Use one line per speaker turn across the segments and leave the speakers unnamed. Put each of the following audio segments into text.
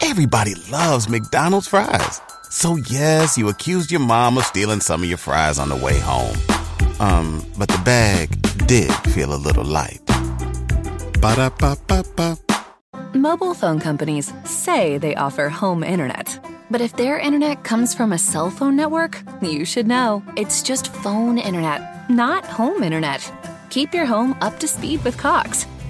Everybody loves McDonald's fries. So yes, you accused your mom of stealing some of your fries on the way home. Um, but the bag did feel a little light. Ba-da-ba-ba-ba.
Mobile phone companies say they offer home internet. But if their internet comes from a cell phone network, you should know. It's just phone internet, not home internet. Keep your home up to speed with Cox.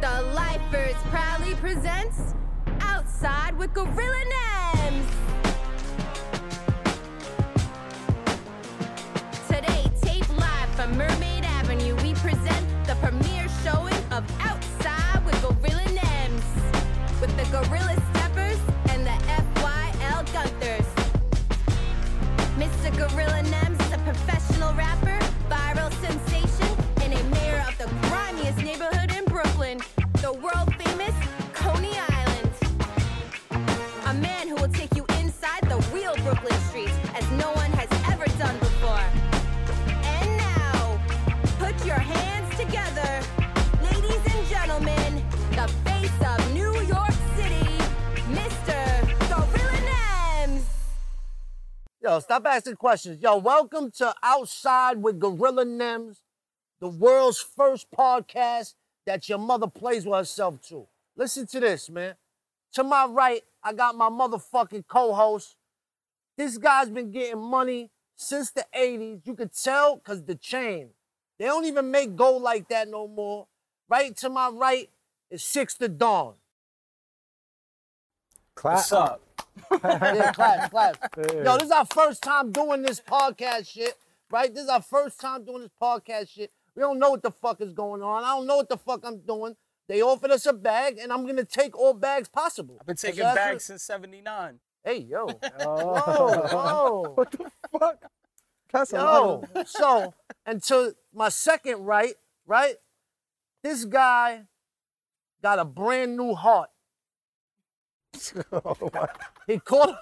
the Lifers proudly presents Outside with Gorilla Nems. Today, taped live from Mermaid Avenue, we present the premiere showing of Outside with Gorilla Nems with the Gorilla Steppers and the FYL Gunthers. Mr. Gorilla Nems is a professional rapper, viral sensation, and a mayor of the grimiest neighborhood in Brooklyn, the world famous Coney Island. A man who will take you inside the real Brooklyn streets as no one has ever done before. And now, put your hands together, ladies and gentlemen, the face of New York City, Mr. Gorilla Nems.
Yo, stop asking questions. Yo, welcome to Outside with Gorilla Nims, the world's first podcast that your mother plays with herself to. Listen to this, man. To my right, I got my motherfucking co-host. This guy's been getting money since the 80s. You could tell because the chain. They don't even make gold like that no more. Right to my right is Six to Dawn.
What's up?
Yeah, clap, clap. Yo, this is our first time doing this podcast shit, right? This is our first time doing this podcast shit. We don't know what the fuck is going on. I don't know what the fuck I'm doing. They offered us a bag, and I'm gonna take all bags possible.
I've been taking
That's-
bags since '79.
Hey, yo. Oh, oh.
Fuck. That's a lot.
Yo, so and to my second right, right? This guy got a brand new heart.
Oh,
He caught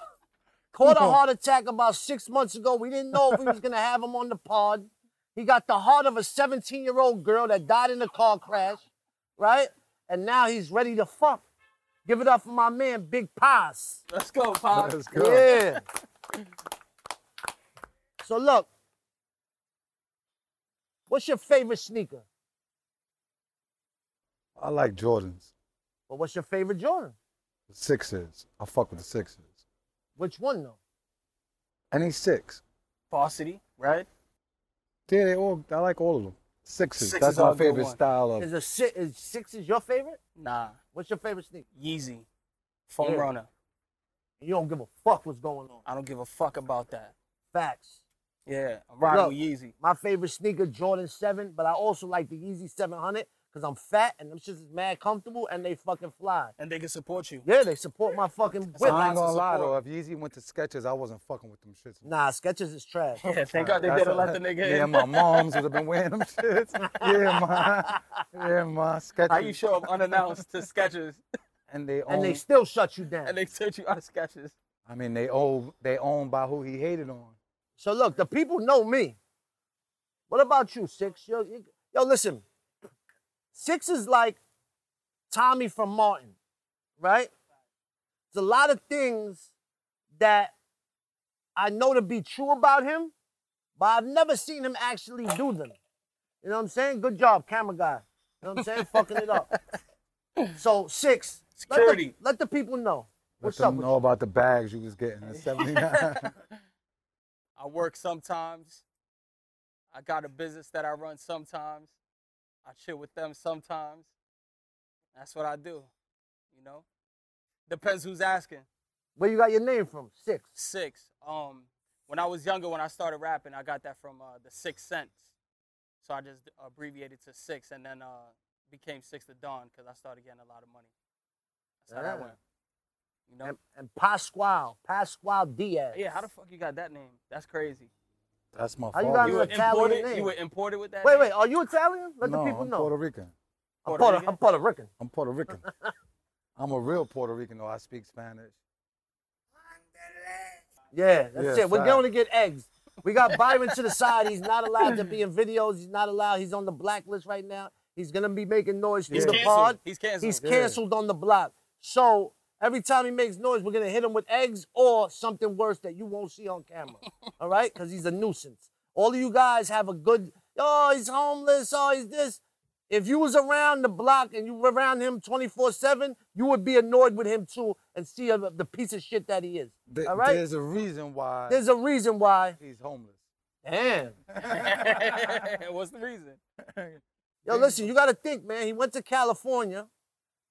caught a heart attack about six months ago. We didn't know if we was gonna have him on the pod. He got the heart of a 17-year-old girl that died in a car crash, right? And now he's ready to fuck. Give it up for my man, Big Paz.
Let's go, Pop.
Let's go.
Yeah. so look, what's your favorite sneaker?
I like Jordans.
Well, what's your favorite Jordan?
The Sixers. I fuck with the Sixers.
Which one though?
Any six.
Varsity, right?
Yeah, they all, I like all of them. Sixers.
Sixers
That's
are
my
a good
favorite
one.
style of.
Is a six? Is six is your favorite?
Nah,
What's your favorite sneaker?
Yeezy, foam
Yeah.
runner.
You don't give a fuck what's going on.
I don't give a fuck about that.
Facts.
Yeah, I'm riding
Look,
with Yeezy.
My favorite sneaker, Jordan Seven, but I also like the Yeezy Seven Hundred because I'm fat and them shits is mad comfortable and they fucking fly.
And they can support you.
Yeah, they support my fucking
I
With
whip.
lots
ain't
of
gonna lie though.
support.
If Yeezy went to Skechers, I wasn't fucking with them shits.
Nah, Skechers is trash.
Yeah, thank God they
That's
didn't
what-
let the nigga
Yeah,
in.
my moms would have been wearing them shits. Yeah, my, yeah, my Skechers.
How you show up unannounced to sketches
And they own.
And they still shut you down.
and they search you out of sketches?
I mean, they own. They own by who he hated on.
So look, the people know me. What about you, Six? Yo, you- yo listen. Six is like Tommy from Martin, right? There's a lot of things that I know to be true about him, but I've never seen him actually do them. You know what I'm saying? Good job, camera guy. You know what I'm saying? Fucking it up. So six. let the-
Security.
Let the, people know.
Let
What's
them
up? With
know
you?
about the bags you was getting at 79.
I work sometimes. I got a business that I run sometimes. I chill with them sometimes. That's what I do. You know, depends who's asking.
Where you got your name from? Six.
six. Um, when I was younger, when I started rapping, I got that from uh, the Sixth Sense. So I just abbreviated to six, and then uh, became Six to Dawn because I started getting a lot of money. That's how that
Ah.
went. You know?
and, and Pascual, Pascual Diaz.
yeah, how the fuck you got that name? That's crazy.
That's my
How you
father.
got
You
an
were
Italian
imported.
name.
You were imported with that.
Wait,
name?
wait, are you Italian? Let
no,
the people
I'm
know.
Puerto Rican.
I'm,
Puerto
Puerto,
Rican?
I'm Puerto Rican.
I'm Puerto Rican. I'm a real Puerto Rican though. I speak Spanish.
Yeah, that's
Yeah,
it. We're
facts.
going to get eggs. We got Byron to the side. He's not allowed to be in videos. He's not allowed. He's on the blacklist right now. He's gonna be making noise
He's
through oh, the
canceled.
pod.
He's canceled.
He's
Yeah.
canceled on the block. So every time he makes noise, we're gonna hit him with eggs or something worse that you won't see on camera. All right? Because he's a nuisance. All of you guys have a good. Oh, he's homeless. Oh, he's this. If you was around the block and you were around him 24/7, you would be annoyed with him too and see the the piece of shit that he is.
Th-
all right?
There's a reason why
There's a reason why.
he's homeless.
Damn.
What's the reason?
Yo, listen, you got to think, man. He went to California,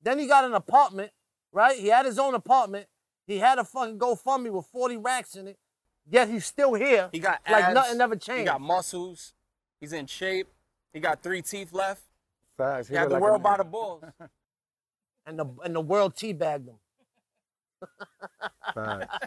then he got an apartment, right? He had his own apartment. He had a fucking GoFundMe with 40 racks in it. Yet he's still here.
He got
like
abs,
nothing ever
He
changed.
got muscles. He's in shape. He got three teeth left.
Facts.
He
look
got the
like a
world by
man.
the balls.
and the and the world teabagged him.
Facts.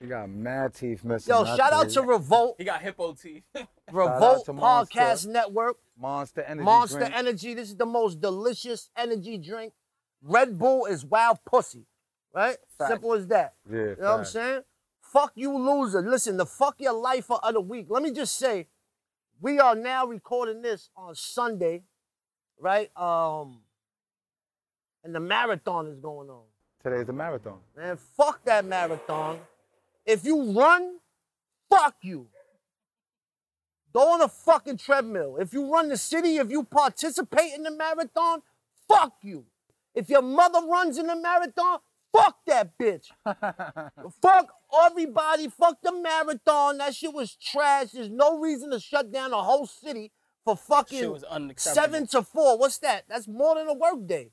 He got mad teeth missing.
Yo,
That's
shout out
crazy.
to Revolt,
He got hippo teeth.
Revolt
to Monster.
Podcast Network,
Monster Energy.
Monster
drink.
Energy. This is the most delicious energy drink. Red Bull is wild pussy, right?
Fact.
Simple as that.
Yeah,
You know what I'm
facts.
saying? Fuck you, loser. Listen, the fuck your life of the week. Let me just say, we are now recording this on Sunday, right? Um, and the marathon is going on.
Today's the marathon.
Man, fuck that marathon. If you run, fuck you. Go on a fucking treadmill. If you run the city, if you participate in the marathon, fuck you. If your mother runs in the marathon, fuck that bitch. fuck everybody. Fuck the marathon. That shit was trash. There's no reason to shut down a whole city for
Shit
fucking
was unacceptable.
seven to four. What's that? That's more than a workday.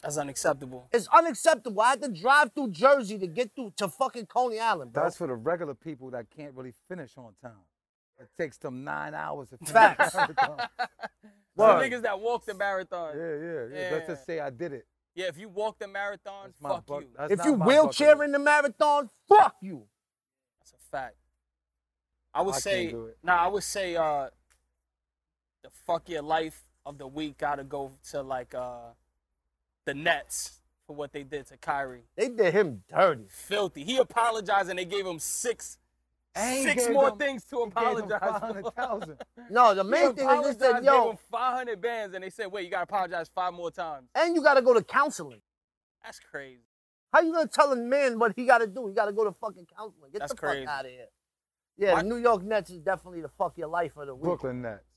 That's unacceptable.
It's unacceptable. I had to drive through Jersey to get through to fucking Coney Island, bro.
That's for the regular people that can't really finish on time. It takes them nine hours to finish.
Facts.
the marathon.
The
Word.
niggas that walk the marathon.
yeah,
Yeah.
yeah, yeah. Let's just say I did it.
if you walk the marathon,
That's my
fuck
buck-
you.
that's
if
not
you
my bucket list.
wheelchair in the marathon, fuck you.
That's a fact. I would
I can't
say,
do it.
nah, I would say, uh, the fuck your life of the week gotta go to like uh, the Nets for what they did to Kyrie.
They did him dirty.
Filthy. He apologized and they gave him six,
And
six
gave
more
them-
things to
he gave them
apologize for.
500,000.
No, the
He
main thing is they said,
apologized, gave
yo,
him 500 bands, and they said, wait, you gotta apologize five more times.
and you gotta go to counseling.
That's crazy.
How you gonna tell a man what he gotta do? He gotta go to fucking counseling. Get
That's
the
crazy.
fuck out of here. Yeah,
What?
the New York Nets is definitely the fuck your life of the week.
Brooklyn Nets.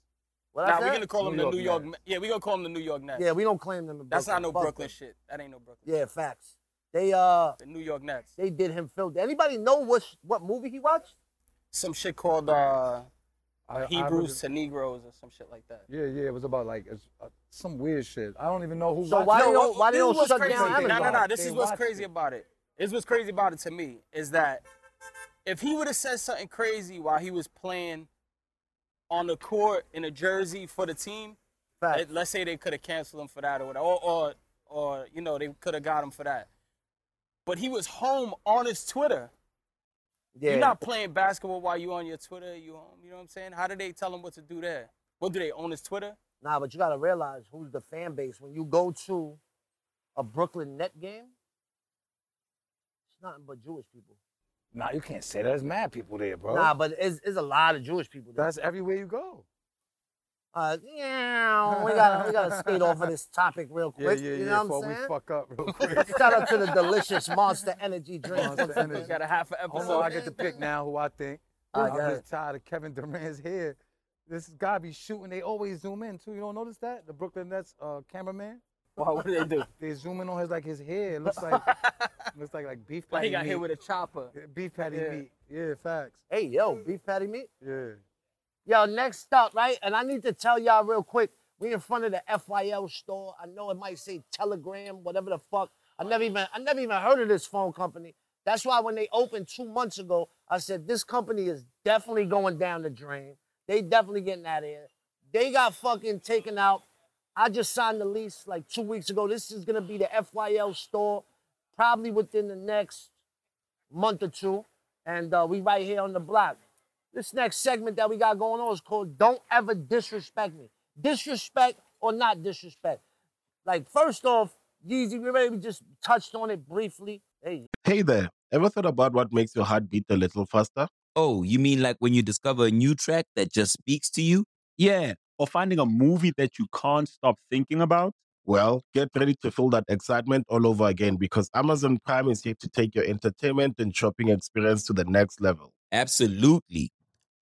What I
nah,
said?
we're gonna call him
New
the
York
New York.
Nets.
Ma- Yeah, we gonna call him the New York Nets.
Yeah, we don't claim them. In
That's not
Brooklyn.
no
Fuck
Brooklyn
them.
shit. That ain't no Brooklyn.
Yeah, facts. They uh,
The New York Nets.
they did him filthy. Anybody know what what movie he watched?
Some shit called uh,
I- I
Hebrews
was-
to Negroes or some shit like that.
yeah, yeah. It was about like it's, uh, some weird shit. I don't even know who.
So
watched
why
it.
they don't- why they
this
don't
is what's
shut
crazy.
down
No, no,
Amazon?
no. This
They
is what's
watched
crazy
it.
about it. This is what's crazy about it to me is that if he would have said something crazy while he was playing on the court in a jersey for the team,
Facts.
let- let's say they could have canceled him for that or whatever, or or, or you know they could have got him for that. But he was home on his Twitter.
yeah.
You're not playing basketball while you on your Twitter. You home. You know what I'm saying? How did they tell him what to do there? What do they own his Twitter?
Nah, but you gotta realize who's the fan base. When you go to a Brooklyn net game, it's nothing but Jewish people.
Nah, you can't say that. There's mad people there, bro.
Nah, but it's, it's a lot of Jewish people. There.
That's everywhere you go.
Uh, yeah, we gotta we gotta skate off of this topic real
Yeah,
quick.
yeah,
you
yeah.
know
before
what I'm
we
saying?
fuck up real quick.
Shout out to the delicious Monster Energy drink.
Monster
We
Energy.
got a half an
Hold
episode.
on, I get to pick now who I think.
All right,
I'm
go ahead.
just tired of Kevin Durant's hair. This guy be shooting. They always zoom in too. You don't notice that the Brooklyn Nets uh, cameraman?
Wow, what did they do?
They zoom in on his like his hair. It looks like looks like like beef
Like
patty
he got
meat.
hit with a chopper.
Yeah, beef patty
Yeah.
meat. Yeah, facts.
Hey yo, beef patty meat.
Yeah.
Yo, next up, right? And I need to tell y'all real quick, we in front of the FYL store. I know it might say Telegram, whatever the fuck. I never even I never even heard of this phone company. That's why when they opened two months ago, I said this company is definitely going down the drain. They definitely getting out of here. They got fucking taken out. I just signed the lease like two weeks ago. This is gonna be the FYL store. probably within the next month or two. And uh, we right here on the block. This next segment that we got going on is called Don't Ever Disrespect Me. Disrespect or not disrespect. Like, first off, Yeezy, we already just touched on it briefly. Hey,
Hey there, ever thought about what makes your heart beat a little faster?
Oh, you mean like when you discover a new track that just speaks to you?
Yeah, or finding a movie that you can't stop thinking about.
Well, get ready to feel that excitement all over again because Amazon Prime is here to take your entertainment and shopping experience to the next level.
Absolutely.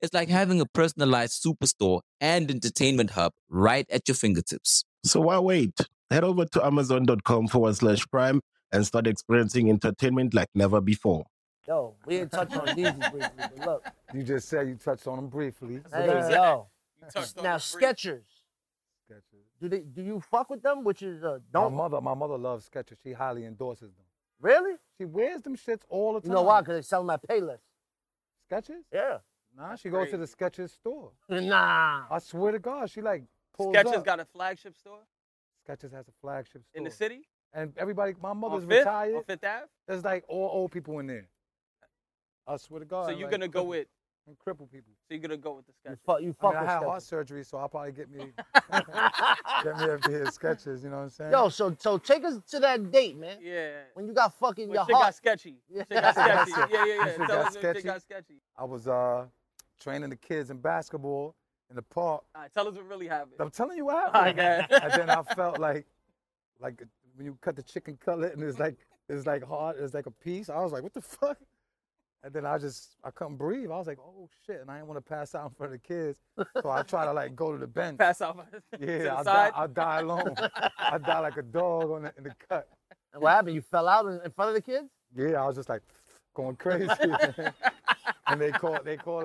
It's like having a personalized superstore and entertainment hub right at your fingertips.
So why wait? Head over to amazon.com forward slash prime and start experiencing entertainment like never before.
yo, we didn't touch on Yeezy briefly, but look.
You just said you touched on them briefly. So
Hey,
that's-
yo.
You touched on
Now,
it briefly.
Skechers. Do they? Do you fuck with them? Which is uh,
My
don't
mother, my mother loves Skechers. She highly endorses them.
really.
She wears them shits all the time.
You know why? Because they sell them at Payless.
Skechers?
Yeah.
Nah, she goes to the Skechers store.
Nah.
I swear to God, she like pulls
Skechers
up.
got a flagship store
Skechers has a flagship store
in the city.
and everybody. My mother's
on Fifth,
retired.
on Fifth Ave.
There's like all old people in there. I swear to God.
so you're
like,
gonna go
crippled-
with.
and crippled people.
So you're gonna go with the
You
Skechers.
fuck. You
I,
fuck
mean, I had heart
with
surgery, so I'll probably get me get me up to his sketches. You know what I'm saying?
Skechers. Yo, so so take us to that date, man.
Yeah.
When you got fucking
When
your
shit got
heart.
sketchy.
Yeah.
Shit got sketchy.
Shit-
Yeah, yeah, yeah.
shit
Tell
got
us when shit
sketchy.
got sketchy.
I was uh training the kids in basketball in the park.
All right, tell us what really happened.
I'm telling you what happened.
Okay.
and then I felt like like when you cut the chicken cutlet and it's like it's like hard, it's like a piece. I was like, what the fuck? And then I just I couldn't breathe. I was like, oh shit, and I didn't want to pass out in front of the kids. So I tried to like go to the bench.
Pass out. to the
Yeah, I die,
side.
I die alone. I die like a dog on the, in the cut.
And what happened? You fell out in, in front of the kids.
Yeah, I was just like going crazy. and they call they call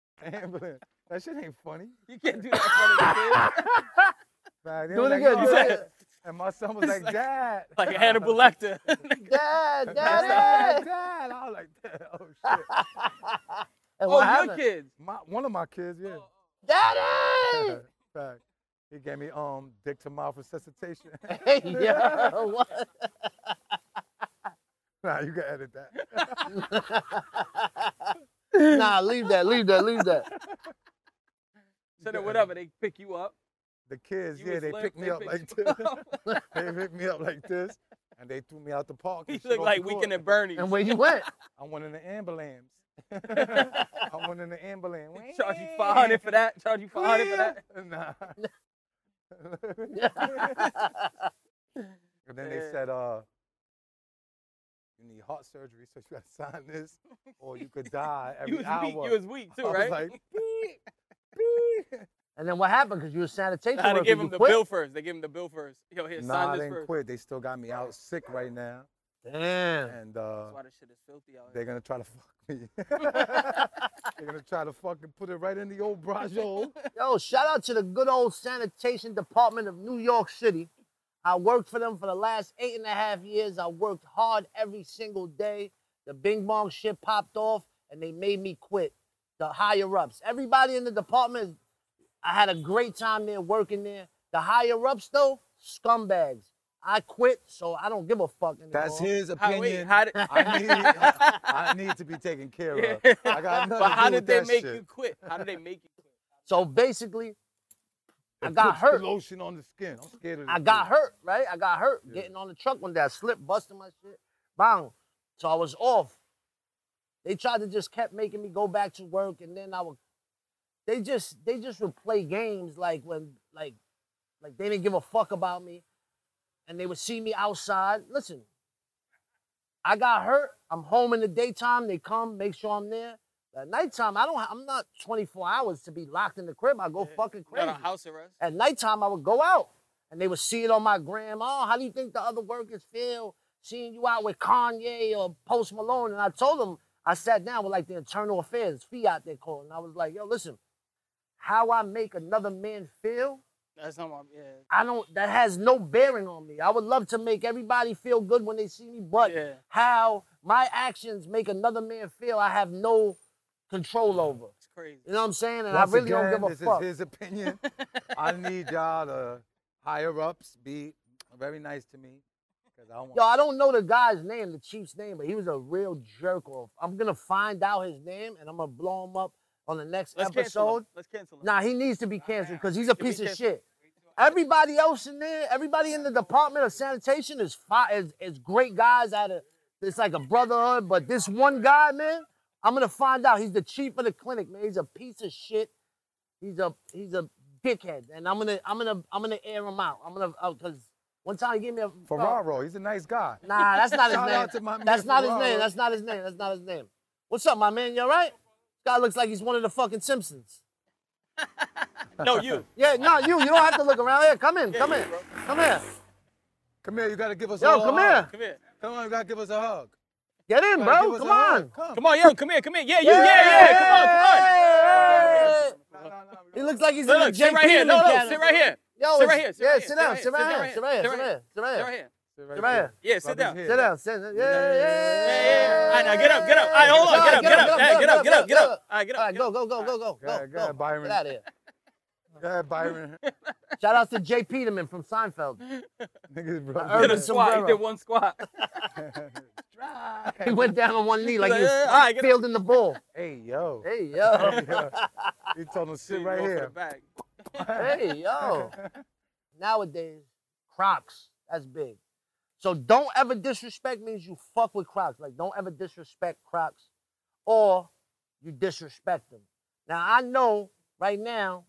ambulance. That shit ain't funny.
You can't do that in front of the kids.
Back then,
Do it
like,
again,
yo,
do it
yeah.
again.
And my son was like, Dad.
Like a Hannibal Lecter.
Dad,
Dad,
dad.
Dad. I was like, Dad, oh shit.
and what
oh, your
happened?
kids.
My, one of my kids, yeah.
Daddy.
Fact. He gave me um dick to mouth resuscitation.
hey, yo, what?
nah, you can edit that.
Nah, leave that. Leave that. Leave that.
So then whatever, they pick you up.
The kids,
You
yeah,
was
they
limp,
picked me
they
up like
picked you
this. they picked me up like this, and they threw me out the park. and
You
shit
look
off
like
the
Weekend
court.
at Bernie's.
And where you went?
I went in the ambulance. I went in the ambulance.
They Charge you 500 for that. Charge you 500 for that.
Nah. and then they
Yeah.
said, uh, you need heart surgery, so you gotta sign this, or you could die every
You was
hour.
weak. You was weak too,
I was
right?
like, beep, beep.
And then what happened? Because you were sanitation
Nah, they
worker,
give
you
him the
quit?
bill first. They give him the bill first. Yo, here,
nah, I
sign this
didn't
first.
quit. They still got me out sick right now,
Damn.
and uh,
That's why this shit is filthy out
they're
here.
gonna try to fuck me. they're gonna try to fucking put it right in the old bra hole.
Yo, shout out to the good old sanitation department of New York City. I worked for them for the last eight and a half years. I worked hard every single day. The bing bong shit popped off and they made me quit. The higher ups. Everybody in the department, I had a great time there working there. The higher ups though, scumbags. I quit, so I don't give a fuck anymore.
That's his
How, wait,
opinion.
how did,
I need, I need to be taken care of. I got nothing
but
to
how
do
did
with
they
that
make
shit.
you quit? How did they make you quit?
So basically, I
It
got
puts the
hurt.
Lotion on the skin. I'm scared of.
I
this
got
shit.
hurt, right? I got hurt getting on the truck one day. I slipped, busted my shit. Bang. So I was off. They tried to just kept making me go back to work, and then I would. They just they just would play games like when like, like they didn't give a fuck about me, and they would see me outside. Listen, I got hurt. I'm home in the daytime. They come, make sure I'm there. At nighttime, I don't. ha- I'm not 24 hours to be locked in the crib. I go fucking
You got
crazy.
on house arrest.
At nighttime, I would go out and they would see it on my gram. Oh, how do you think the other workers feel seeing you out with Kanye or Post Malone? And I told them, I sat down with like the internal affairs, Fiat they call it. And I was like, yo, listen, how I make another man feel,
That's not my yeah.
I don't, that has no bearing on me. I would love to make everybody feel good when they see me, but
Yeah.
how my actions make another man feel, I have no control over.
It's crazy.
You know what I'm saying? And
Once
I really
again,
don't give a
this
fuck.
is his opinion. I need y'all to higher ups be very nice to me. Cause I want
Yo, I don't know the guy's name, the chief's name, but he was a real jerk off. I'm gonna find out his name and I'm gonna blow him up on the next
Let's cancel.
episode.
Him. Let's cancel. Him.
Nah, he needs to be canceled because he's a
Should we
piece of
cancel-
shit. Everybody else in there, everybody in the Department of Sanitation is fi- is, is great guys out of it's like a brotherhood, but this one guy, man, I'm gonna find out. He's the chief of the clinic, man. He's a piece of shit. He's a he's a dickhead, and I'm gonna I'm gonna I'm gonna air him out. I'm gonna because one time he gave me a oh,
Ferraro. He's a nice guy.
Nah, that's not his
Shout
name.
out to my man
that's not his
Ferraro.
name. That's not his name. That's not his name. What's up, my man? You all right? Guy looks like he's one of the fucking Simpsons.
No, you.
Yeah, no, you. You don't have to look around. Here, come in. Come in. Come here.
Come here. You gotta give us.
Yo,
all a
come
hug.
here.
Come here.
Come on. You gotta give us a hug.
Get in,
You gotta give
bro.
us
Come
a hug.
on.
Come.
Come on, yo, come here, come here. Yeah, you, yeah, yeah.
Hey!
No, no, no,
He looks like he's
Come on, come on. Look,
in the
look,
JP
sit right here. No, no,
Academy.
sit right here.
Yo,
Sit right here.
Yeah,
sit
sit
right
down.
here,
Sit right here. Sit right here. Sit right here. Sit
Sit
right
right
here.
here.
Sit
Sit right here.
Yeah, sit
Rub his
down.
head.
Sit down. Sit down. Yeah, yeah,
Yeah,
yeah.
yeah. All right, now get up, get up. All right, hold on. Get up, get up. Hey, get up, get up, get up. All right, get
All
up.
right,
get up.
go, go, go, go, go,
Go ahead,
go,
go ahead,
go.
Byron.
Get out of here.
Go ahead, Byron.
Shout out to Jay Peterman from Seinfeld.
Niggas,
Urban
Did
bro.
a squat. He
sombrero.
did one squat.
He went down on one knee like he
Yeah,
was
yeah, all right, get up.
fielding the ball.
Hey, yo.
Hey yo,
He told him sit
You
right
go for the
here.
back.
hey yo. Nowadays, Crocs that's big. So don't ever disrespect means you fuck with Crocs. Like don't ever disrespect Crocs, or you disrespect them. Now I know right now,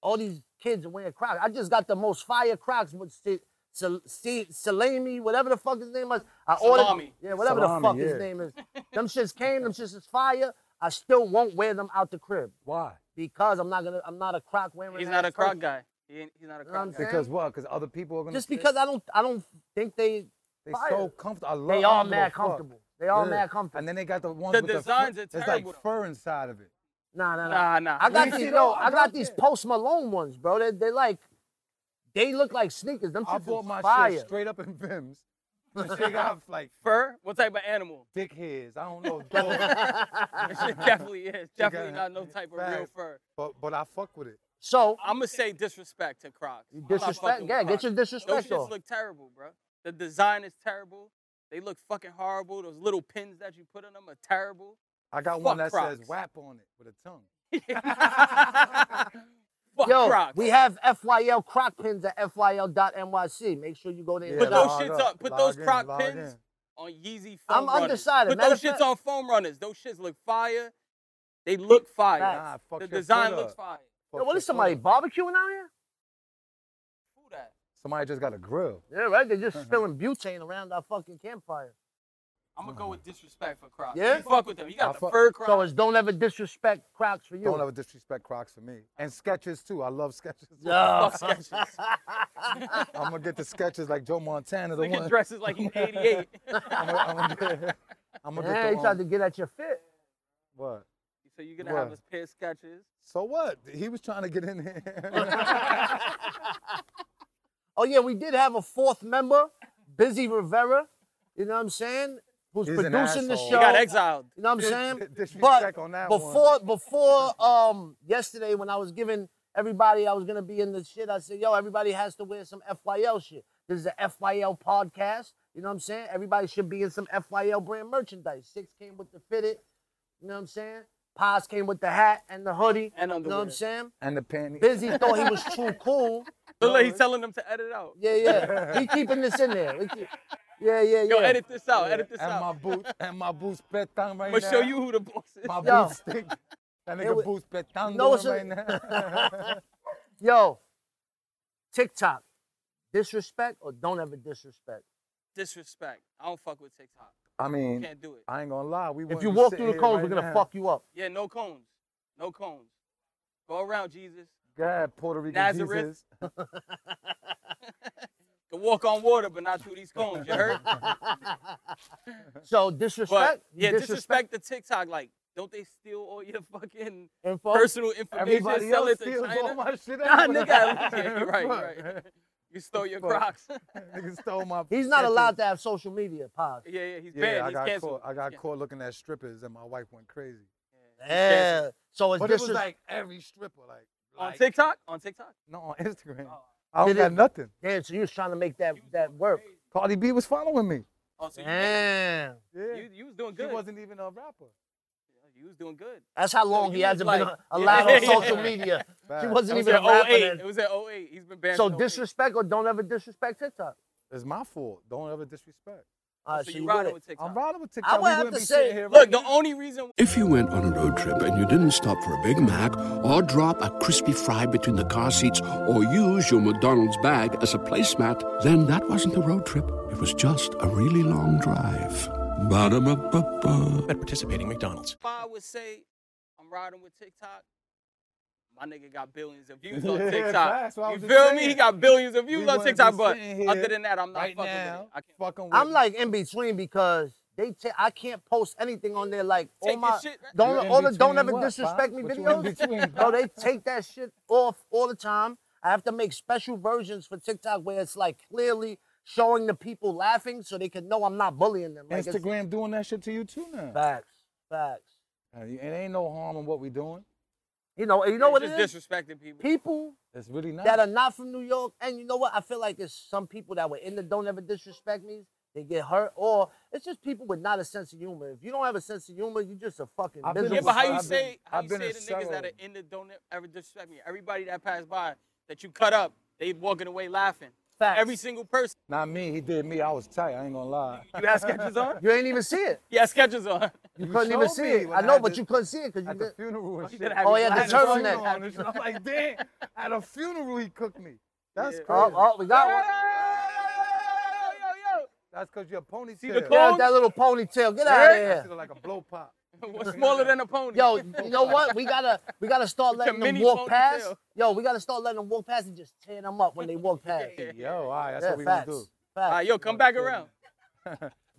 all these kids are wearing Crocs. I just got the most fire Crocs with si- Sal- si- Salami, whatever the fuck his name was. I ordered,
Salami.
yeah, whatever
Salami,
the fuck
yeah.
his name is. Them shits came, them shits is fire. I still won't wear them out the crib.
Why?
because I'm not gonna I'm not a croc wearing.
He's not a
ass
croc
person.
guy. He ain't, he's not a
You know what I'm
croc guy.
saying?
Because what? Because other people are gonna.
Just
sit?
because I don't I don't think they
they
fire.
so comfortable. I love.
they
I
all
don't give a
mad
fuck.
comfortable. They all
Yeah.
mad comfortable.
And then they got the ones
The
with
designs
the fur,
are
It's
terrible,
like
though.
fur inside of it.
nah, nah, nah.
Nah, nah.
I got
Reese,
these
it
yo,
all.
I
I
got
got
these
it.
Post Malone ones, bro. They they like they look like sneakers. Them
I
shits
bought
is
my
fire.
shit straight up in Vims. The shit got like
Fur? What type of animal?
dickheads. I don't know. dog.
It definitely is.
got
Definitely
it.
not no type of real
Facts.
fur.
but but I fuck with it.
so
I'm gonna say disrespect to Crocs. I'm not
disrespect,
fucking with
yeah, get
Crocs.
your
Those
disrespect
shits
off.
look terrible, bro. The design is terrible. They look fucking horrible. Those little pins that you put on them are terrible.
I got
Fuck
one that
Crocs.
says WAP on it with a tongue.
Fuck
Yo,
Crocs.
we have FYL croc pins at FYL.nyc. Make sure you go there. and
Put
Yeah,
those
shop.
log
shits
up,
up. Put
log
those
in,
croc
log
pins
in.
on Yeezy
I'm
foam runners.
undecided.
Put
Matter
those
of
shits
fact-
on foam runners. Those shits look fire. They look fire.
Facts.
Nah, fuck
the
your foot
design
up.
looks fire.
Yo,
Fuck
what
your
is somebody
foot up.
barbecuing out here?
Who that?
Somebody just got a grill.
Yeah, right. They're just spilling butane around our fucking campfire.
I'm gonna go with disrespect for Crocs.
Yeah?
You fuck with them. You got
I
the
fuck-
fur Crocs.
So it's don't ever disrespect Crocs for you.
Don't ever disrespect Crocs for me. And sketches too. I love sketches.
Yo.
Fuck Skechers.
I'm gonna get the sketches like Joe Montana, the
Nigga
one.
dresses like he's 88.
I'm gonna, I'm gonna get, I'm gonna
Yeah,
get
he
the
tried
one.
to get at your fit.
What?
so you're gonna have
What?
us pair sketches.
So what? He was trying to get in here.
Oh yeah, we did have a fourth member, Busy Rivera. You know what I'm saying? Who's
He's an
producing the
asshole.
show?
He
He got exiled.
You know what I'm saying?
Disrespect on that one.
before before um yesterday when I was giving everybody I was gonna be in the shit, I said, yo, everybody has to wear some FYL shit. This is a FYL podcast. You know what I'm saying? Everybody should be in some FYL brand merchandise. Six came with the fitted, you know what I'm saying? Paz came with the hat and the hoodie.
And
You know what
underwear.
I'm saying?
and the panty.
Busy thought he was too cool
Look like he's telling them to edit out.
Yeah, yeah. We keeping this in there. We keep- yeah, yeah, yeah.
Yo, edit this out. Edit this
and my
out.
boots, and my boots petang right
I'm gonna
now.
show you who the boss is.
My
Yo.
boots stink. That
It wa-
nigga boots petang
No,
no,
it's a-
right now.
Yo, TikTok, disrespect or don't ever disrespect.
Disrespect. I don't fuck with TikTok.
I mean,
Can't do it.
I ain't gonna lie. We
If
wouldn't
you
be
walk
sitting
through the
here
cones,
right
we're gonna
now.
fuck you up.
Yeah, no cones. No cones. Go around, Jesus.
God, Puerto Rican
Nazareth.
Jesus.
Can walk on water, but not through these cones. You heard?
So
But
disrespect,
yeah, disrespect the TikTok. Like, don't they steal all your fucking
info.
personal information?
Everybody
sell
else
it
steals
to
all
China.
my shit.
Nah,
anyway.
nigga. Yeah, you're right.
Fuck.
You're right. You stole your
Fuck.
Crocs.
Nigga stole my.
He's not
sketches.
allowed to have social media, pause.
Yeah, yeah, he's
Yeah,
banned.
I
he's
got
canceled.
caught. I
He's
got
canceled.
caught looking at strippers, and my wife went crazy.
Yeah. So it's
But it was
disrespect.
like every stripper, like,
On
like-
TikTok? On TikTok?
no, on Instagram.
Oh.
I don't
Did
got
it-
nothing.
Damn, so you was trying to make that that work.
Cardi B was following me.
Oh, so you,
Damn.
Yeah,
you, you was doing
she
good.
wasn't even a rapper.
You was doing good.
That's how long
you
he
was
hasn't been
like-
allowed
Yeah,
on social
yeah.
media. She
Bad.
It
wasn't
was oh
even
at
a rapper.
08.
then.
It was at 08. He's been banned.
So
since 08.
disrespect or don't ever disrespect TikTok.
It's my fault. Don't ever disrespect.
All right,
So
so
you
you with
riding
it.
with TikTok.
I'm riding with TikTok.
would
we
have
wouldn't
to
be
say-
sitting here
Look,
right
the
now.
only reason
If you went on a road trip and you didn't stop for a Big Mac or drop a crispy fry between the car seats or use your McDonald's bag as a placemat, then that wasn't a road trip. It was just a really long drive. Ba-da-ba-ba-ba. At participating McDonald's.
if I would say I'm riding with TikTok, my nigga got billions of views on
Yeah,
TikTok.
facts, what I
you
was
feel
just
me?
saying.
He got billions of
We
views
wouldn't
on
be
TikTok, but
sitting here
other than that, I'm not
right
fucking
now,
with it. I can't.
fucking with
I'm
it.
like in between because they I I can't post anything on there like all
Take
my
your shit, right?
You
don't
in
all the don't
between
ever
what,
disrespect
Bob?
me
What you in
videos.
between,
Bro, they take that shit off all the time. I have to make special versions for TikTok where it's like clearly showing the people laughing so they can know I'm not bullying them. Like it's-
Instagram doing that shit to you too now.
Facts, facts.
Uh, you- It ain't no harm in what we doing.
You know, you know
You're
what it
just
is?
disrespecting people.
People
It's really not.
uh,
that are not from New York. And you know what? I feel like it's some people that were in the don't ever disrespect me. They get hurt, or it's just people with not a sense of humor. If you don't have a sense of humor, you just a fucking
I've been
miserable.
Yeah, but how you
I've been-
say how
I've
you
been
say
in
the niggas that
several.
are in the don't ever disrespect me? Everybody that passed by that you cut up, they walking away laughing.
Facts.
Every single person.
Not me. He did me. I was tight. I ain't gonna lie.
You had sketches on?
You ain't even see it.
You had sketches on.
You couldn't even
showed
see
me
it.
when
I
I
know,
had
but
the-
you couldn't see it because you
At the
did.
funeral and shit.
did have
Oh,
you
yeah, the
laughing.
turtleneck.
Turn on and shit. I'm like, damn. At a funeral, he cooked me. That's crazy.
Oh, oh, we got one.
That's because your ponytail.
See the
Yeah,
Bones.
that little ponytail. Get out
Yeah.
of
That shit
here.
look like a blow pop.
What's smaller than a pony?
Yo, you know what? We gotta we gotta start
It's a
letting them
mini
walk past.
ponytail.
Yo, we gotta start letting them walk past and just tear them up when they walk past.
Yeah,
Yo, all right, that's
Yeah,
what we
facts.
gonna do.
All
Facts.
right, yo, come back around.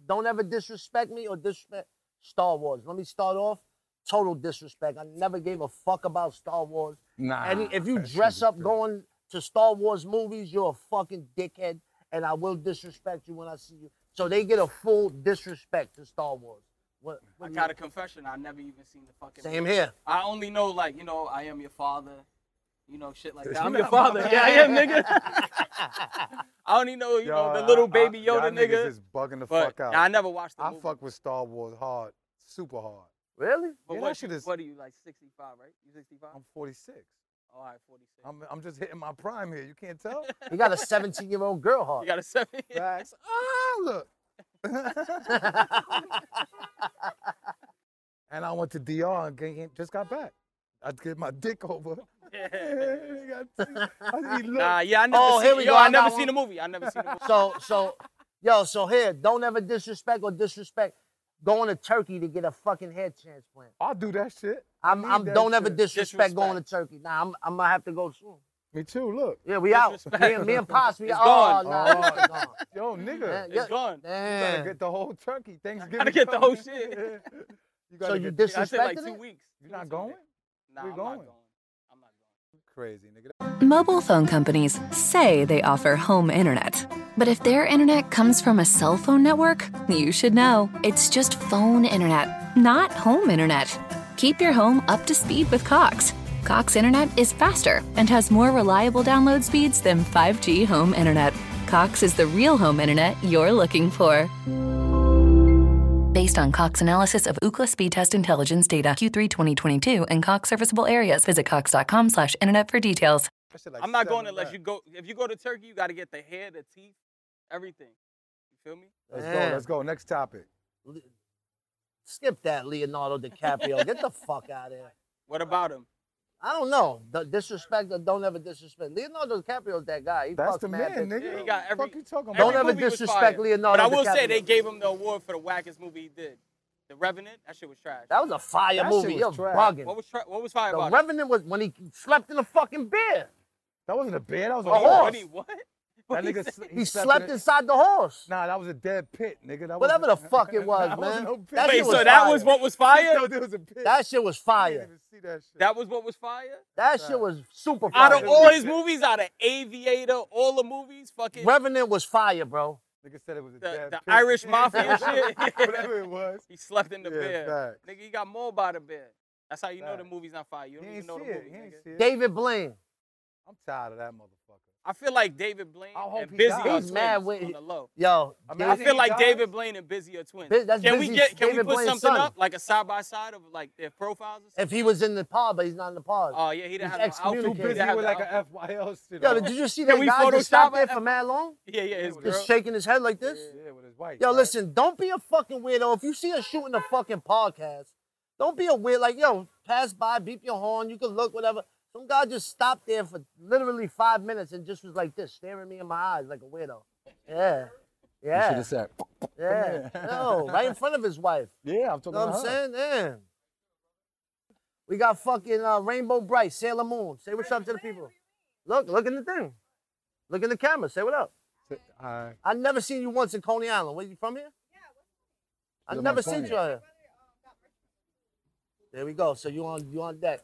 Don't ever disrespect me or disrespect Star Wars. Let me start off. Total disrespect. I never gave a fuck about Star Wars.
Ah,
Nah.
And if you dress up going to Star Wars movies, you're a fucking dickhead, and I will disrespect you when I see you. So they get a full disrespect to Star Wars. What?
I
what
got a confession. I never even seen the fucking.
Same
movie.
here.
I only know like you know I am your father, you know shit like that. I'm
You not
your
my
father. Yeah, I am nigga. I only know you know the little baby Yoda
y'all niggas
nigga.
is bugging the
But
fuck out.
nah, I never watched the
I
movie.
fuck with Star Wars hard, super hard.
Really?
But
yeah, that
what,
shit is-
what are you like 65, right? You 65?
I'm 46.
All right, 46.
I'm, I'm just hitting my prime here. You can't tell.
You got a 17 year old girl heart.
you got a seven.
Facts. Ah, look. and I went to DR and ga- just got back. I get my dick over. I- he looked-
Nah, yeah, I never
Oh,
seen,
here we
yo,
go,
I
I got
never
one.
seen the movie. I never seen the movie.
So, so, yo, so here, don't ever disrespect or disrespect going to Turkey to get a fucking hair transplant.
I'll do that shit. I
I'm,
need
I'm
that
don't ever
shit.
disrespect, going to Turkey. Nah, I'm, I'm gonna have to go soon.
Me too. Look.
Yeah, we out. Me
Disrespect.
and, me and Pops, we
It's
out.
gone.
Oh, nah, it's gone.
Yo, nigga.
Man,
It's gone.
gotta
Damn.
get the whole turkey. Thanksgiving.
gotta get the whole
coming.
shit.
you
So
gotta
you
get.
I said like
disrespected
two
it?
weeks.
You're
Two
not
weeks we
going?
did. Nah,
We're
I'm
going.
not going. I'm not going.
Crazy, nigga.
Mobile phone companies say they offer home internet. But if their internet comes from a cell phone network, you should know. It's just phone internet, not home internet. Keep your home up to speed with Cox. Cox internet is faster and has more reliable download speeds than 5G home internet. Cox is the real home internet you're looking for. Based on Cox analysis of Ookla speed test intelligence data Q3 2022 and Cox serviceable areas, visit cox.com/internet for details.
That shit like
I'm not going
seven
unless
racks.
you go. If you go to Turkey, you got to get the hair, the teeth, everything. You feel me?
Let's
Man.
go. Let's go. Next topic.
Skip that, Leonardo DiCaprio. Get the fuck out of here.
What about him?
I don't know. The disrespect or don't ever disrespect. Leonardo DiCaprio's that guy. He
That's
fucks
the
mad
man,
bitches.
nigga.
Yeah, he got every-
Fuck you talking
Every
about?
Don't ever
movie was
disrespect
fire.
Leonardo
But I will say
DiCaprio.
they gave him the award for the wackest movie he did. The Revenant. That shit was trash.
That was a fire
That shit
movie.
was
You're
trash.
bugging.
What was tra- what was fire
the
about? it?
Revenant was when he slept in a fucking bear.
That wasn't a bear. That was a
A
horse.
What? he- What?
That
What'd he
nigga.
say?
sl-
He,
in
slept
a-
inside the horse.
Nah, that was a dead pit, nigga. That
Whatever the
wasn't-
fuck it was,
That
man.
wasn't no pit.
That
Wait,
shit
so
was
that
fire.
was what was fire?
No, there was a pit.
That shit was
I
fire.
didn't even see that shit.
That was what was fire?
That shit was super
Out
fire.
of all his movies, out of Aviator, all the movies, fucking
Revenant was fire, bro.
nigga said it was a
the,
dead
the
pit.
Irish Mafia shit.
Whatever it was.
he slept in the
Yeah,
bear.
facts.
Nigga, he got mauled by the bear. That's how you know the
Facts.
movie's not fire. You
He
don't
ain't
even know
see
the
it.
movie,
He ain't
nigga.
see it.
David Blaine.
I'm tired of that motherfucker.
I feel like David Blaine
I hope
and
he
Busy
dies.
are
He's mad
twins
with-
on the low.
Yo,
I mean,
I
David-
think
feel
he
like
dies?
David Blaine and Busy are twins.
Biz- that's
can we
Busy's-
get can
David
we put
Blaine's
something
son.
up like a side by side of like their profiles? Or something?
if he was in the pod, but he's not in the pod.
Oh yeah, he didn't
He's
have no
Too
outfit.
excommunicated. Yeah,
He
busy
didn't have
with
no
like
outfit.
an FYL shit.
Yo,
on.
did you see
Can
that
we
guy just sat
Photoshop
there
it?
for mad long?
Yeah, yeah, his girl.
Just shaking his head like this?
Yeah, with his wife.
Yo,
right?
listen, don't be a fucking weirdo. If you see us shooting a fucking podcast, don't be a weird like yo, pass by, beep your horn, you can look, whatever. Some guy just stopped there for literally five minutes and just was like this, staring me in my eyes like a weirdo. Yeah.
You should
Yeah.
have said.
Yeah.
here.
No, right in front of his wife.
Yeah, I'm
You
talking
know what I'm
about her.
saying? Damn. We got fucking uh, Rainbow Bright, Sailor Moon. Say what's up to the people. Look, look in the thing. Look in the camera. Say what up.
All right.
I never seen you once in Coney Island. Where you from here? I
She's on
never
my
seen
phone.
you out here. There we go. So you on you on deck.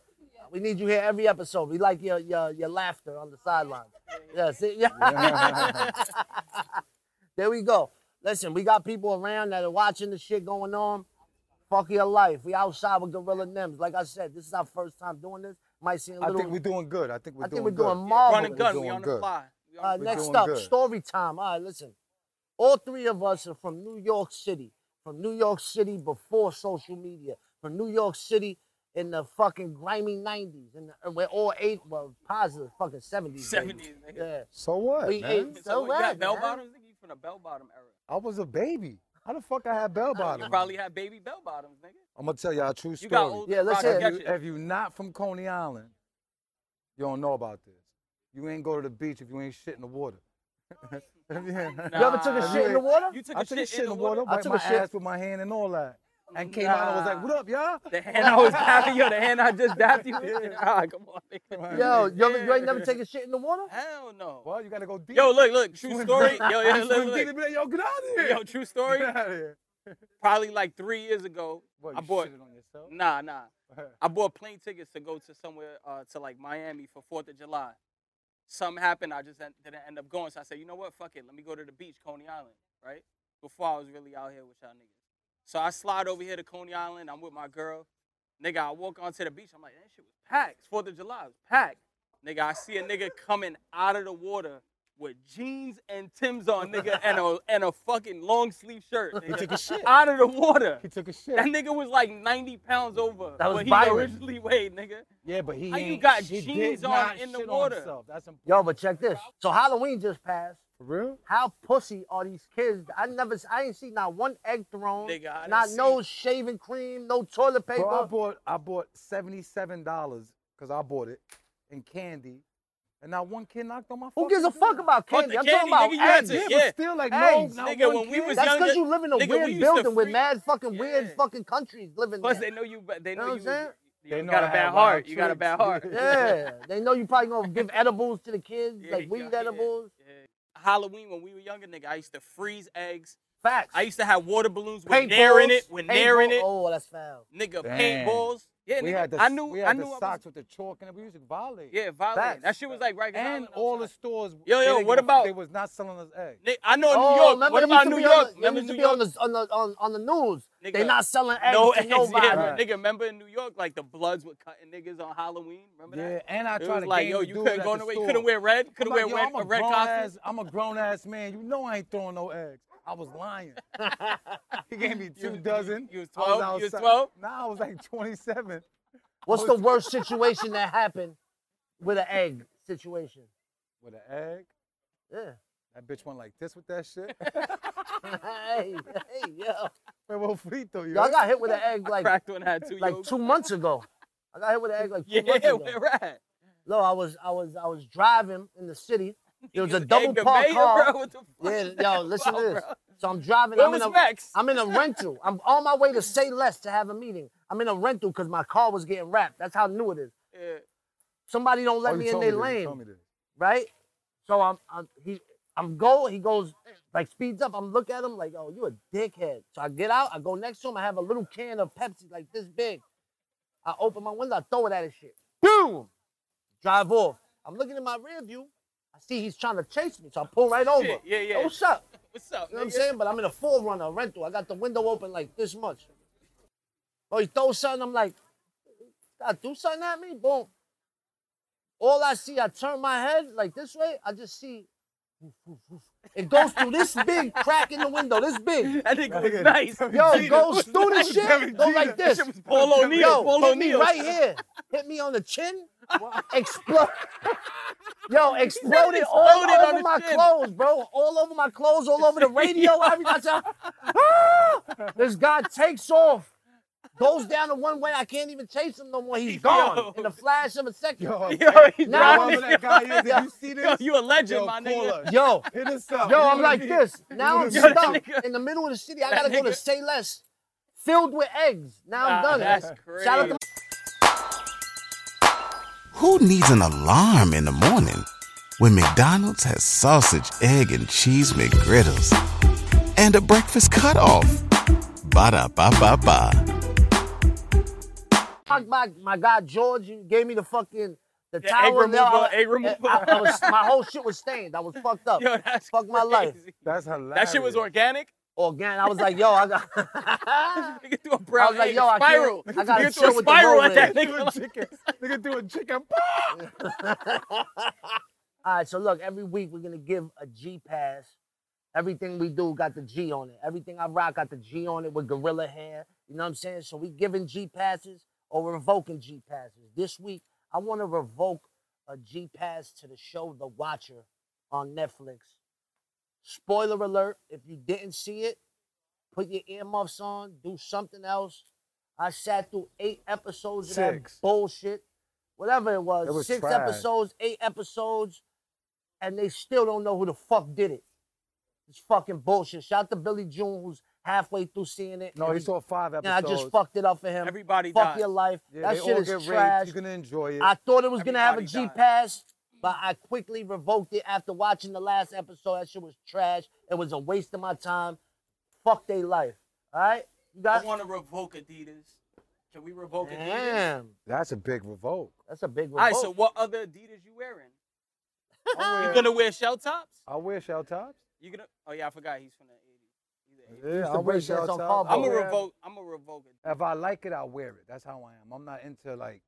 We need you here every episode. We like your your, your laughter on the sideline. Yeah, see? Yeah. there we go. Listen, we got people around that are watching the shit going on. Fuck your life. We outside with Gorilla Nims. Like I said, this is our first time doing this. Might seem a
I
little.
think we're doing good. I think we're
I
doing
think we're
good.
doing
Run
marvelous.
and gun. We
doing
on the
good.
fly. We on
All right,
We're
uh, next
doing
up,
good.
story time. All right, listen. All three of us are from New York City. From New York City before social media. From New York City in the fucking grimy 90s. And we're uh, all eight, well, positive fucking 70s. baby.
70s, nigga.
Yeah.
So what,
We
man?
ate-
So,
So
we
what,
got bell
man?
bottoms. Nigga, you from the bell bottom era.
I was a baby. How the fuck I had bell
You
bottoms?
probably had baby bell bottoms, nigga.
I'm gonna tell y'all a true story.
You got old.
Yeah, let's
rock
hear
if,
it.
you,
sketches.
if you not from Coney Island, you don't know about this. You ain't go to the beach if you ain't shit in the water. If you ain't-
You ever took a
Nah.
shit in the water?
You took a
I took a shit in the water,
I
wiped
took
my
a shit-
ass with my hand and all that, and came out and was like,
Nah.
"What up, y'all?"
The hand I was dapping, yo, the hand I just dapped you with. Ah, come on, nigga.
Yo, you, ever, you ain't never
Yeah.
taken shit in the water?
Hell no.
Well, you gotta go deep.
Yo, look, look, true
Swim
story.
deep.
Yo, yo,
You swim
look,
deep and
look.
be like, yo, get out of here.
Yo, true story.
get out of here.
Probably like three years ago,
What,
I
you
bought.
shitted on yourself?
Nah, nah. I bought plane tickets to go to somewhere uh, to like Miami for Fourth of July. Something happened. I just en- didn't end up going. So I said, you know what? Fuck it. Let me go to the beach, Coney Island, right? Before I was really out here with y'all niggas. So I slide over here to Coney Island. I'm with my girl. Nigga, I walk onto the beach. I'm like, that shit was packed. It's Fourth of July. It was packed. Nigga, I see a nigga coming out of the water with jeans and Tim's on, nigga, and a, and a fucking long sleeve shirt. Nigga.
took a shit.
Out of the water.
He took a
That
shit.
nigga was like 90 pounds over
That was
what he
Byron.
originally weighed, nigga.
Yeah, but he
How you
ain't-
got
he
jeans
did
on
not
in the
shit on
water?
himself. That's important.
Yo, but check this. So Halloween just passed.
For real?
How pussy are these kids? I never, I ain't seen not one egg thrown,
Nigga, I done
not no
seen-
shaving cream, no toilet paper.
Bro, I bought I bought seventy seven dollars because I bought it in candy, and not one kid knocked on my.
Who
fucking
gives a
door.
fuck about
Fuck
candy?
the
I'm
candy,
talking about
nigga, you had
eggs.
to-
Yeah,
Yeah.
but still like
Hey,
no, not
nigga,
one
when we
kid.
was
That's
young-
because you live in a
nigga, we
weird
used to
building with
freak-
mad fucking
Yeah.
weird fucking countries living
Plus,
there.
they know you. ba- They
know what
know you.
I'm
was-
saying?
You
They
you
know
got a
I had
bad
wild
heart. You got a
tricks.
bad heart.
yeah, they know you probably gonna give edibles to the kids,
Yeah,
like weed
yeah,
edibles.
yeah. Halloween when we were younger, nigga, I used to freeze eggs.
Facts.
I used to have water balloons with
Paintballs,
nair in it. With nair in
paintball-
it,
Oh, that's foul.
nigga.
Damn.
Paintballs. Yeah,
we
nigga.
had the
I knew.
we
I
had
knew.
the
I
socks with
was,
the chalk and we used to violate.
yeah, violent. That
Facts.
shit was like right.
and all the stores.
Yo,
they
yo,
didn't
what
give a fuck,
about-
They was not selling us eggs.
Nigga, I know in New
Oh,
York.
remember
what
it
about
used to
New
be on
York?
the- it
Remember
used to
New
be on
York?
the, on, the, on, on the news. They
Nigga,
not selling eggs
no
to
eggs.
nobody.
Yeah,
Right.
nigga. Remember in New York, like the Bloods were cutting niggas on Halloween. Remember
Yeah,
that?
and I
It
tried
was
to
like,
game
yo,
the
you
dude
couldn't
at
go
the
nowhere. You
store.
couldn't wear red.
I'm
Couldn't
like,
wear
yo,
red,
I'm
a
a
red
grown
costume.
ass. I'm a grown ass man. You know I ain't throwing no eggs. I was lying. he gave me
You
two
was-
dozen.
you was
I
12? You was
outside.
12?
Nah, I was like 27.
What's the worst situation that happened with an egg situation?
with an egg.
Yeah.
That bitch went like this with that shit.
hey, hey, yo.
Wait, well, frito, you
Yo, I
heard?
got hit with an egg like
Cracked one had two
like
yolks.
two months ago. I got hit with an egg like two
yeah,
months ago.
where right.
No, I was I was I was driving in the city. It was a
Egg
double
the
parked
mayor,
car.
Bro, what the fuck
Yeah,
is that
yo, listen to
about,
this.
bro?
So I'm driving.
Where
I'm in
was
a,
Max?
am in a rental. I'm on my way to say less to have a meeting. I'm in a rental because my car was getting wrapped. That's how new it is.
Yeah.
Somebody don't let
Oh, you
me in
told
their
this, you
lane,
told me this.
right? So I'm, I'm he I'm go. He goes like speeds up. I'm look at him like, oh, you a dickhead. So I get out. I go next to him. I have a little can of Pepsi like this big. I open my window. I throw it at his shit. Boom! Drive off. I'm looking in my rear view. I see he's trying to chase me, so I pull right over.
yeah, yeah.
Oh, what's up?
What's up?
You know what I'm
nigga?
saying? But I'm in a full runner rental. I got the window open like this much. Oh, he throws something. I'm like, God, do something at me? Boom. All I see, I turn my head like this way. I just see. It goes through this big crack in the window, this big.
That nigga was
Nigga,
nice.
Yo, it goes through the shit. Go like
That
this.
shit was Paul O'Neill.
Yo,
Paul
hit me
O'Neill.
right here. Hit me on the chin. Explode. Yo, exploded all
exploded on
over
the
my
chin.
clothes, bro. All over my clothes, all over the radio. Everything. I said, "Ah!" This guy takes off, goes down the one way. I can't even chase him no more. He's gone in the flash of a second.
Yo,
Yo, he
Nah,
I
I'm
dropped
remember that
it.
guy is. Did you see this?
Yo, you a legend,
Yo,
my
call
nigga.
us.
Yo,
Hit us up.
Yo,
You
I'm
wanna
like
be-
this. Now I'm
wanna be-
stuck
nigga.
in the middle of the city. I
That
gotta go to
nigga-
Say Less, filled with eggs. Now I'm
Nah,
done.
that's
Shout out to
crazy.
Who needs an alarm in the morning when McDonald's has sausage, egg, and cheese McGriddles and a breakfast cutoff? Ba da ba ba ba.
my, my, my guy George. You gave me the fucking the
Yeah,
towel.
egg removal,
Now I-
egg removal.
I- I was- my whole shit was stained. I was fucked up.
Yo, that's
Fuck my life.
crazy.
That's hilarious.
That shit was organic.
Organic. I was like, yo, I got.
Nigga threw a
I
brown
was like,
egg,
yo, I can't-
spiral.
I gotta
Nigga threw
chill
a
with the
spiral
road
at that
rage.
nigga. like-
chicken. Nigga do a chicken.
All right, so look, every week we're gonna give a G pass. Everything we do got the G on it. Everything I rock got the G on it with gorilla hair. You know what I'm saying? So we giving G passes or revoking G passes. This week, I want to revoke a G pass to the show The Watcher on Netflix. Spoiler alert: If you didn't see it, put your earmuffs on. Do something else. I sat through eight episodes of that
Six.
bullshit. Whatever it was,
It was
six
trash.
episodes, eight episodes, and they still don't know who the fuck did it. It's fucking bullshit. Shout out to Billy June, who's halfway through seeing it.
No,
and
he saw five
and I
episodes.
just fucked it up for him.
Everybody
fuck
dies.
your life.
Yeah,
that
they
shit
all
is
get
trash.
Raised. You're gonna enjoy it.
I thought it was gonna have a G
Everybody dies.
pass, but I quickly revoked it after watching the last episode. That shit was trash. It was a waste of my time. Fuck they life. All right, you
I
got.
want to revoke Adidas. Can we revoke Adidas?
Damn,
That's a big revolt.
that's a big revoke.
All right, so what other Adidas you wearing? You gonna wear shell tops?
I wear shell tops.
You gonna? Oh yeah, I forgot he's from the 80s. He's an 80s.
Yeah,
used
I
to
wear
break
shell
dance on
tops.
Cowboy.
I'm gonna
Yeah.
revoke. I'm gonna revoke it.
If I like it, I'll wear it. That's how I am. I'm not into like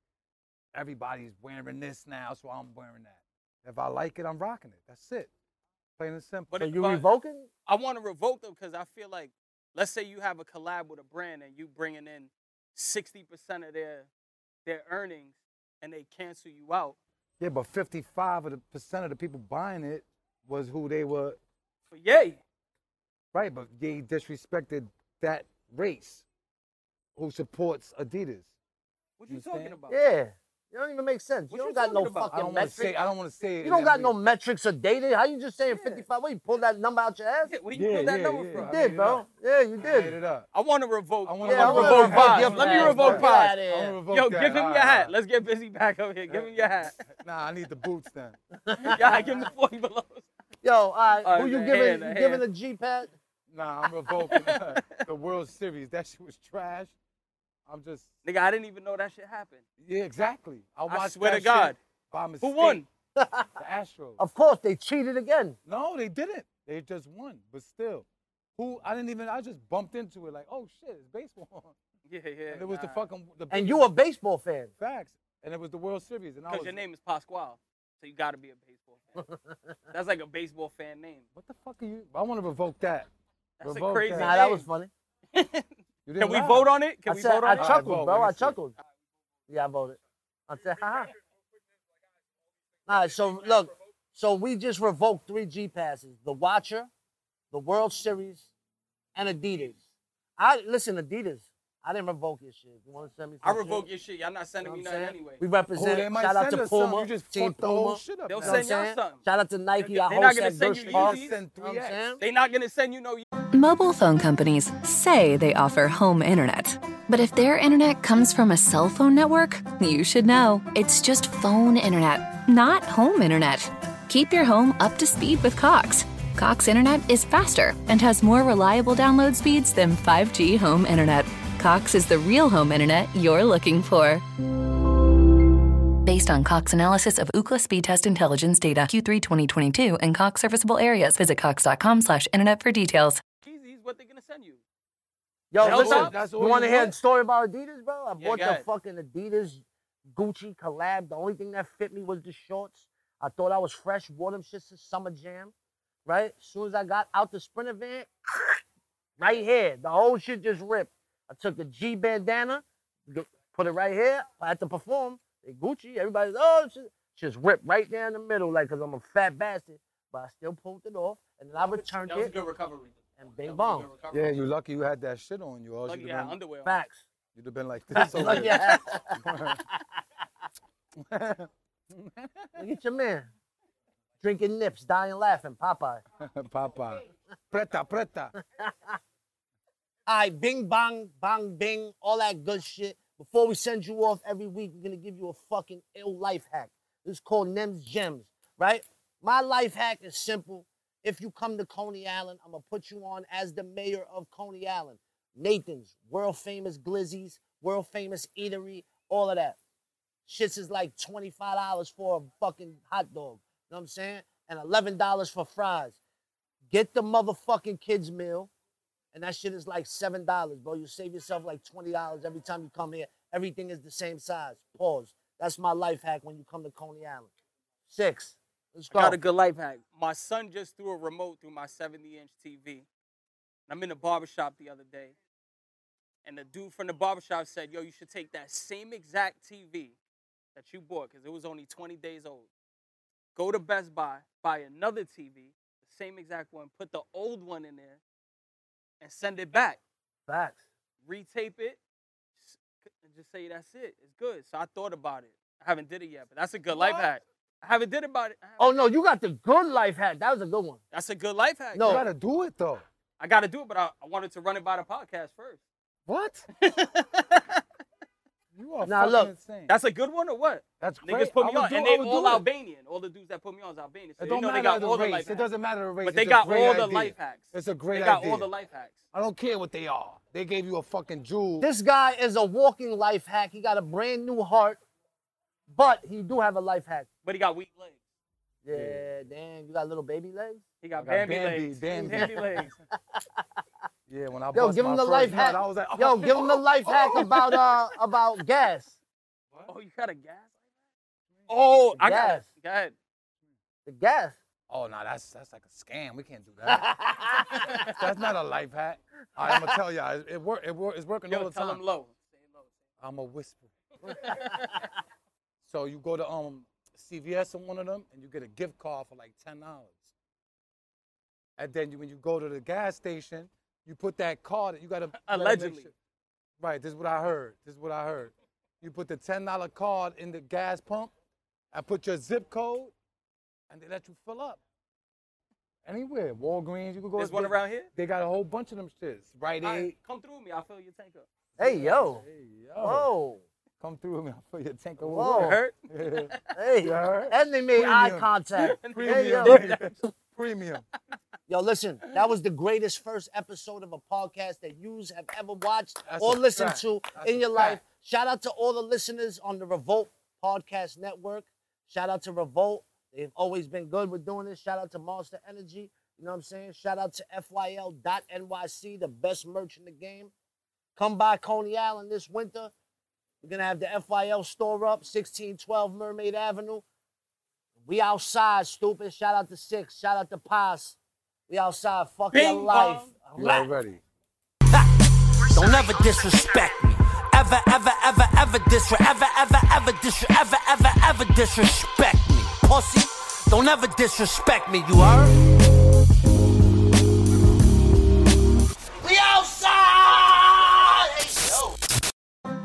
everybody's wearing this now, so I'm wearing that. If I like it, I'm rocking it. That's it. Plain and simple.
But
So
it-
you
but
revoking?
I want to revoke them because I feel like, let's say you have a collab with a brand and you bringing in 60% of their their earnings and they cancel you out
yeah, but 55 of the percent of the people buying it was who they were.
for yay.
Right, but they disrespected that race who supports Adidas.
What you
You
talking
understand?
about?
Yeah, it don't even make sense.
What
you
you
don't got no
talking about?
I don't
fucking
want to say.
metrics.
I don't want to say it.
You
in
don't
that
got no
way.
metrics or data. How you just saying 55? Where you pull that number out your ass?
Yeah, where you
Yeah,
pull that
yeah,
number
yeah.
from?
I
You did,
made it
bro.
up.
Yeah, you
I made
did.
it up.
I want to revoke.
I
I
wanna
want
Yeah, I
to
wanna
revoke
revoke
Pods.
your
Let me
Pods,
revoke
bro.
Pods.
Get outta here.
Yo, give him your hat. Let's get busy back over here. Give him your hat.
Nah, I need the boots then.
yeah, give him the 40 below.
Yo, all right.
All
who
right,
you
the
giving?
hand, the
you giving
hand.
a G pat?
Nah, I'm revoking the World Series. That shit was trash. I'm just
Nigga, I didn't even know that shit happened.
yeah, exactly. I watched.
swear
that
to God.
shit by
Who
mistake.
won?
The Astros.
Of course, they cheated again.
No, they didn't. They just won. But still, who? I didn't even. I just bumped into it like, oh shit, it's baseball.
Yeah, yeah.
And it was the
nah.
fucking. The
And
biggest
you a baseball fan.
facts. And it was the World Series. And I
Because
was.
your name is Pasquale, so you gotta be a baseball fan. That's like a baseball fan name.
What the fuck are you? I want to revoke that.
That's
Revoke
a crazy.
that.
Nah, that was
name.
funny.
You
Can
didn't
we
lie.
vote on it? Can
I
we
said,
vote
I
on
All
it?
right,
chuckled,
vote.
bro.
Let me
I
see.
chuckled. Yeah, I voted. I said, ha. All right, so look, so we just revoked three G passes: the Watcher, the World Series, and Adidas. I listen, Adidas. I didn't revoke your shit. You want to send me?
I
some
revoke
shit?
your shit. Y'all not
You know
sending
what
me
I'm
nothing
saying?
anyway.
We
Oh, they
represent.
might
Shout out
send
to
us something.
Puma,
You just
Team
fucked the whole
Puma.
shit up
They'll
now.
You know what I'm
Send y'all
saying?
something.
Shout out to Nike,
They-
our
they not
host
gonna
at
send
Gersh
you
Park.
Yeezys.
You know what I'm saying?
They not gonna send you no
Mobile phone companies say they offer home internet. But if their internet comes from a cell phone network, you should know. It's just phone internet, not home internet. Keep your home up to speed with Cox. Cox Internet is faster and has more reliable download speeds than 5G home internet. Cox is the real home internet you're looking for. Based on Cox analysis of Ookla speed test intelligence data Q3 2022 and Cox serviceable areas, visit cox.com slash internet for details.
Yeezys. What they gonna send you?
Yo,
That's
listen,
all- that's
you
all
want to
you
hear a
want?
story about Adidas, bro? I
Yeah,
bought
go
the
ahead.
fucking Adidas Gucci collab. The only thing that fit me was the shorts. I thought I was fresh, wore them shits to Summer Jam, right? As soon as I got out the Sprinter van, right here, the whole shit just ripped. I took the G bandana, g- put it right here. I had to perform. They Gucci, everybody's, oh, shit. Just ripped right down the middle, like, because I'm a fat bastard. But I still pulled it off, and then I returned
That was a
it,
good recovery.
and bing
That was a
bong.
good recovery.
Yeah, you lucky you had that shit on you. Or
Lucky
you'd,
you had
have been,
underwear. On.
Facts.
you'd have been like this. over
Lucky I
there.
had- Look at your man. Drinking nips, dying laughing, Popeye.
Papa. Preta, preta.
All right, bing bang, bang bing, all that good shit. Before we send you off every week, we're gonna give you a fucking ill life hack. It's called Nems Gems, right? My life hack is simple. If you come to Coney Island, I'm gonna put you on as the mayor of Coney Island. Nathan's, world famous Glizzy's, world famous eatery, all of that. Shits is like $25 for a fucking hot dog. You know what I'm saying? And $11 for fries. Get the motherfucking kids' meal and that shit is like seven dollars, bro. You save yourself like twenty dollars every time you come here. Everything is the same size. Pause. That's my life hack when you come to Coney Island. Six. Let's
I
go.
got a good life hack. My son just threw a remote through my 70 inch TV. And I'm in the barbershop the other day. And the dude from the barbershop said, Yo, you should take that same exact TV that you bought, because it was only 20 days old. Go to Best Buy, buy another TV, the same exact one, put the old one in there, and send it back.
Facts.
Retape it, s- and just say that's it. It's good. So I thought about it. I haven't did it yet, but that's a good life hack. I haven't did about it. I haven't-
Oh no, you got the good life hack. That was a good one.
That's a good life hack.
No.
You gotta do it though.
I got to do it, but I, I wanted to run it by the podcast first.
What? You are
Now,
fucking
look,
insane.
That's a good one or what?
That's
Niggas
great.
put
I
me
would
on,
do-
and
I
they
would do
all
it.
Albanian. All the dudes that put me on is Albanian. So
It
you
don't
know
matter
they got
the
all the
race.
life
it
hacks.
doesn't matter the race.
But they
It's a
got
great
all the
idea.
life hacks.
It's a great
They got
idea.
all the life hacks.
I don't care what they are. They gave you a fucking jewel.
This guy is a walking life hack. He got a brand new heart, but he do have a life hack.
But he got weak legs.
Yeah, damn, you got little baby legs.
He got,
got
Bambi,
Bambi,
legs.
Bambi.
Bambi legs.
yeah, when I
Yo,
bust
give him
my
the
first
life
nut,
hack.
I was like, oh,
Yo, give him the life hack about uh about gas.
Oh, you got a gas? Oh, I got it.
Yes.
Go ahead.
The gas.
Oh no, that's that's like a scam. We can't do that. that's not a life hack. All right, I'm gonna tell y'all, it, it work. It work. It's working all
Yo,
the
tell
time.
him low. Say it low.
I'm a whisper. so you go to um CVS or one of them, and you get a gift card for like ten dollars. And then you, when you go to the gas station, you put that card. You gotta you gotta make
Allegedly.
sure- right. This is what I heard. This is what I heard. You put the ten dollar card in the gas pump, and put your zip code, and they let you fill up. Anywhere, Walgreens, you can go.
There's one
they-
around here?
They got a whole bunch of them shits. Right
All right,
Aid.
come through with me. I'll fill your tank up.
Hey yo.
Hey, yo.
Whoa.
Come through with me. I'll put your tank over.
Whoa.
You hurt?
Hey,
You heard?
and they made eye
Premium.
contact. Hey,
Premium.
yo.
Premium.
yo, listen, that was the greatest first episode of a podcast that yous have ever watched
That's
or
a
listened
fact.
to
That's
in
a
your life.
fact.
Shout out to all the listeners on the Revolt Podcast Network. Shout out to Revolt. They've always been good with doing this. Shout out to Monster Energy. You know what I'm saying? Shout out to FYL.NYC, the best merch in the game. Come by Coney Island this winter. We're gonna have the FYL store up, 1612 Mermaid Avenue. We outside, stupid. Shout out to Six. Shout out to Paz. We outside. Fuck your
Bing
life.
bong.
You already.
Don't ever disrespect me. Ever, ever, ever, ever disrespect. Ever, ever, ever disrespect. Ever, ever, ever disrespect me. Pause.
pussy. Don't ever disrespect me, you heard?
We outside!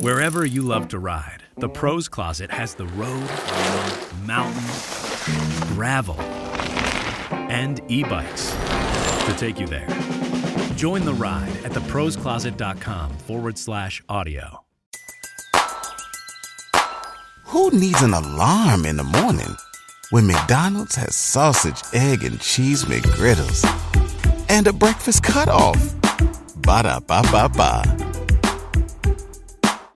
Wherever you love to ride, the Pros Closet has the road, mountain, gravel, and e bikes to take you there. Join the ride at theproscloset.com forward slash audio.
Who needs an alarm in the morning when McDonald's has sausage, egg, and cheese McGriddles and a breakfast cutoff? Ba da ba ba ba.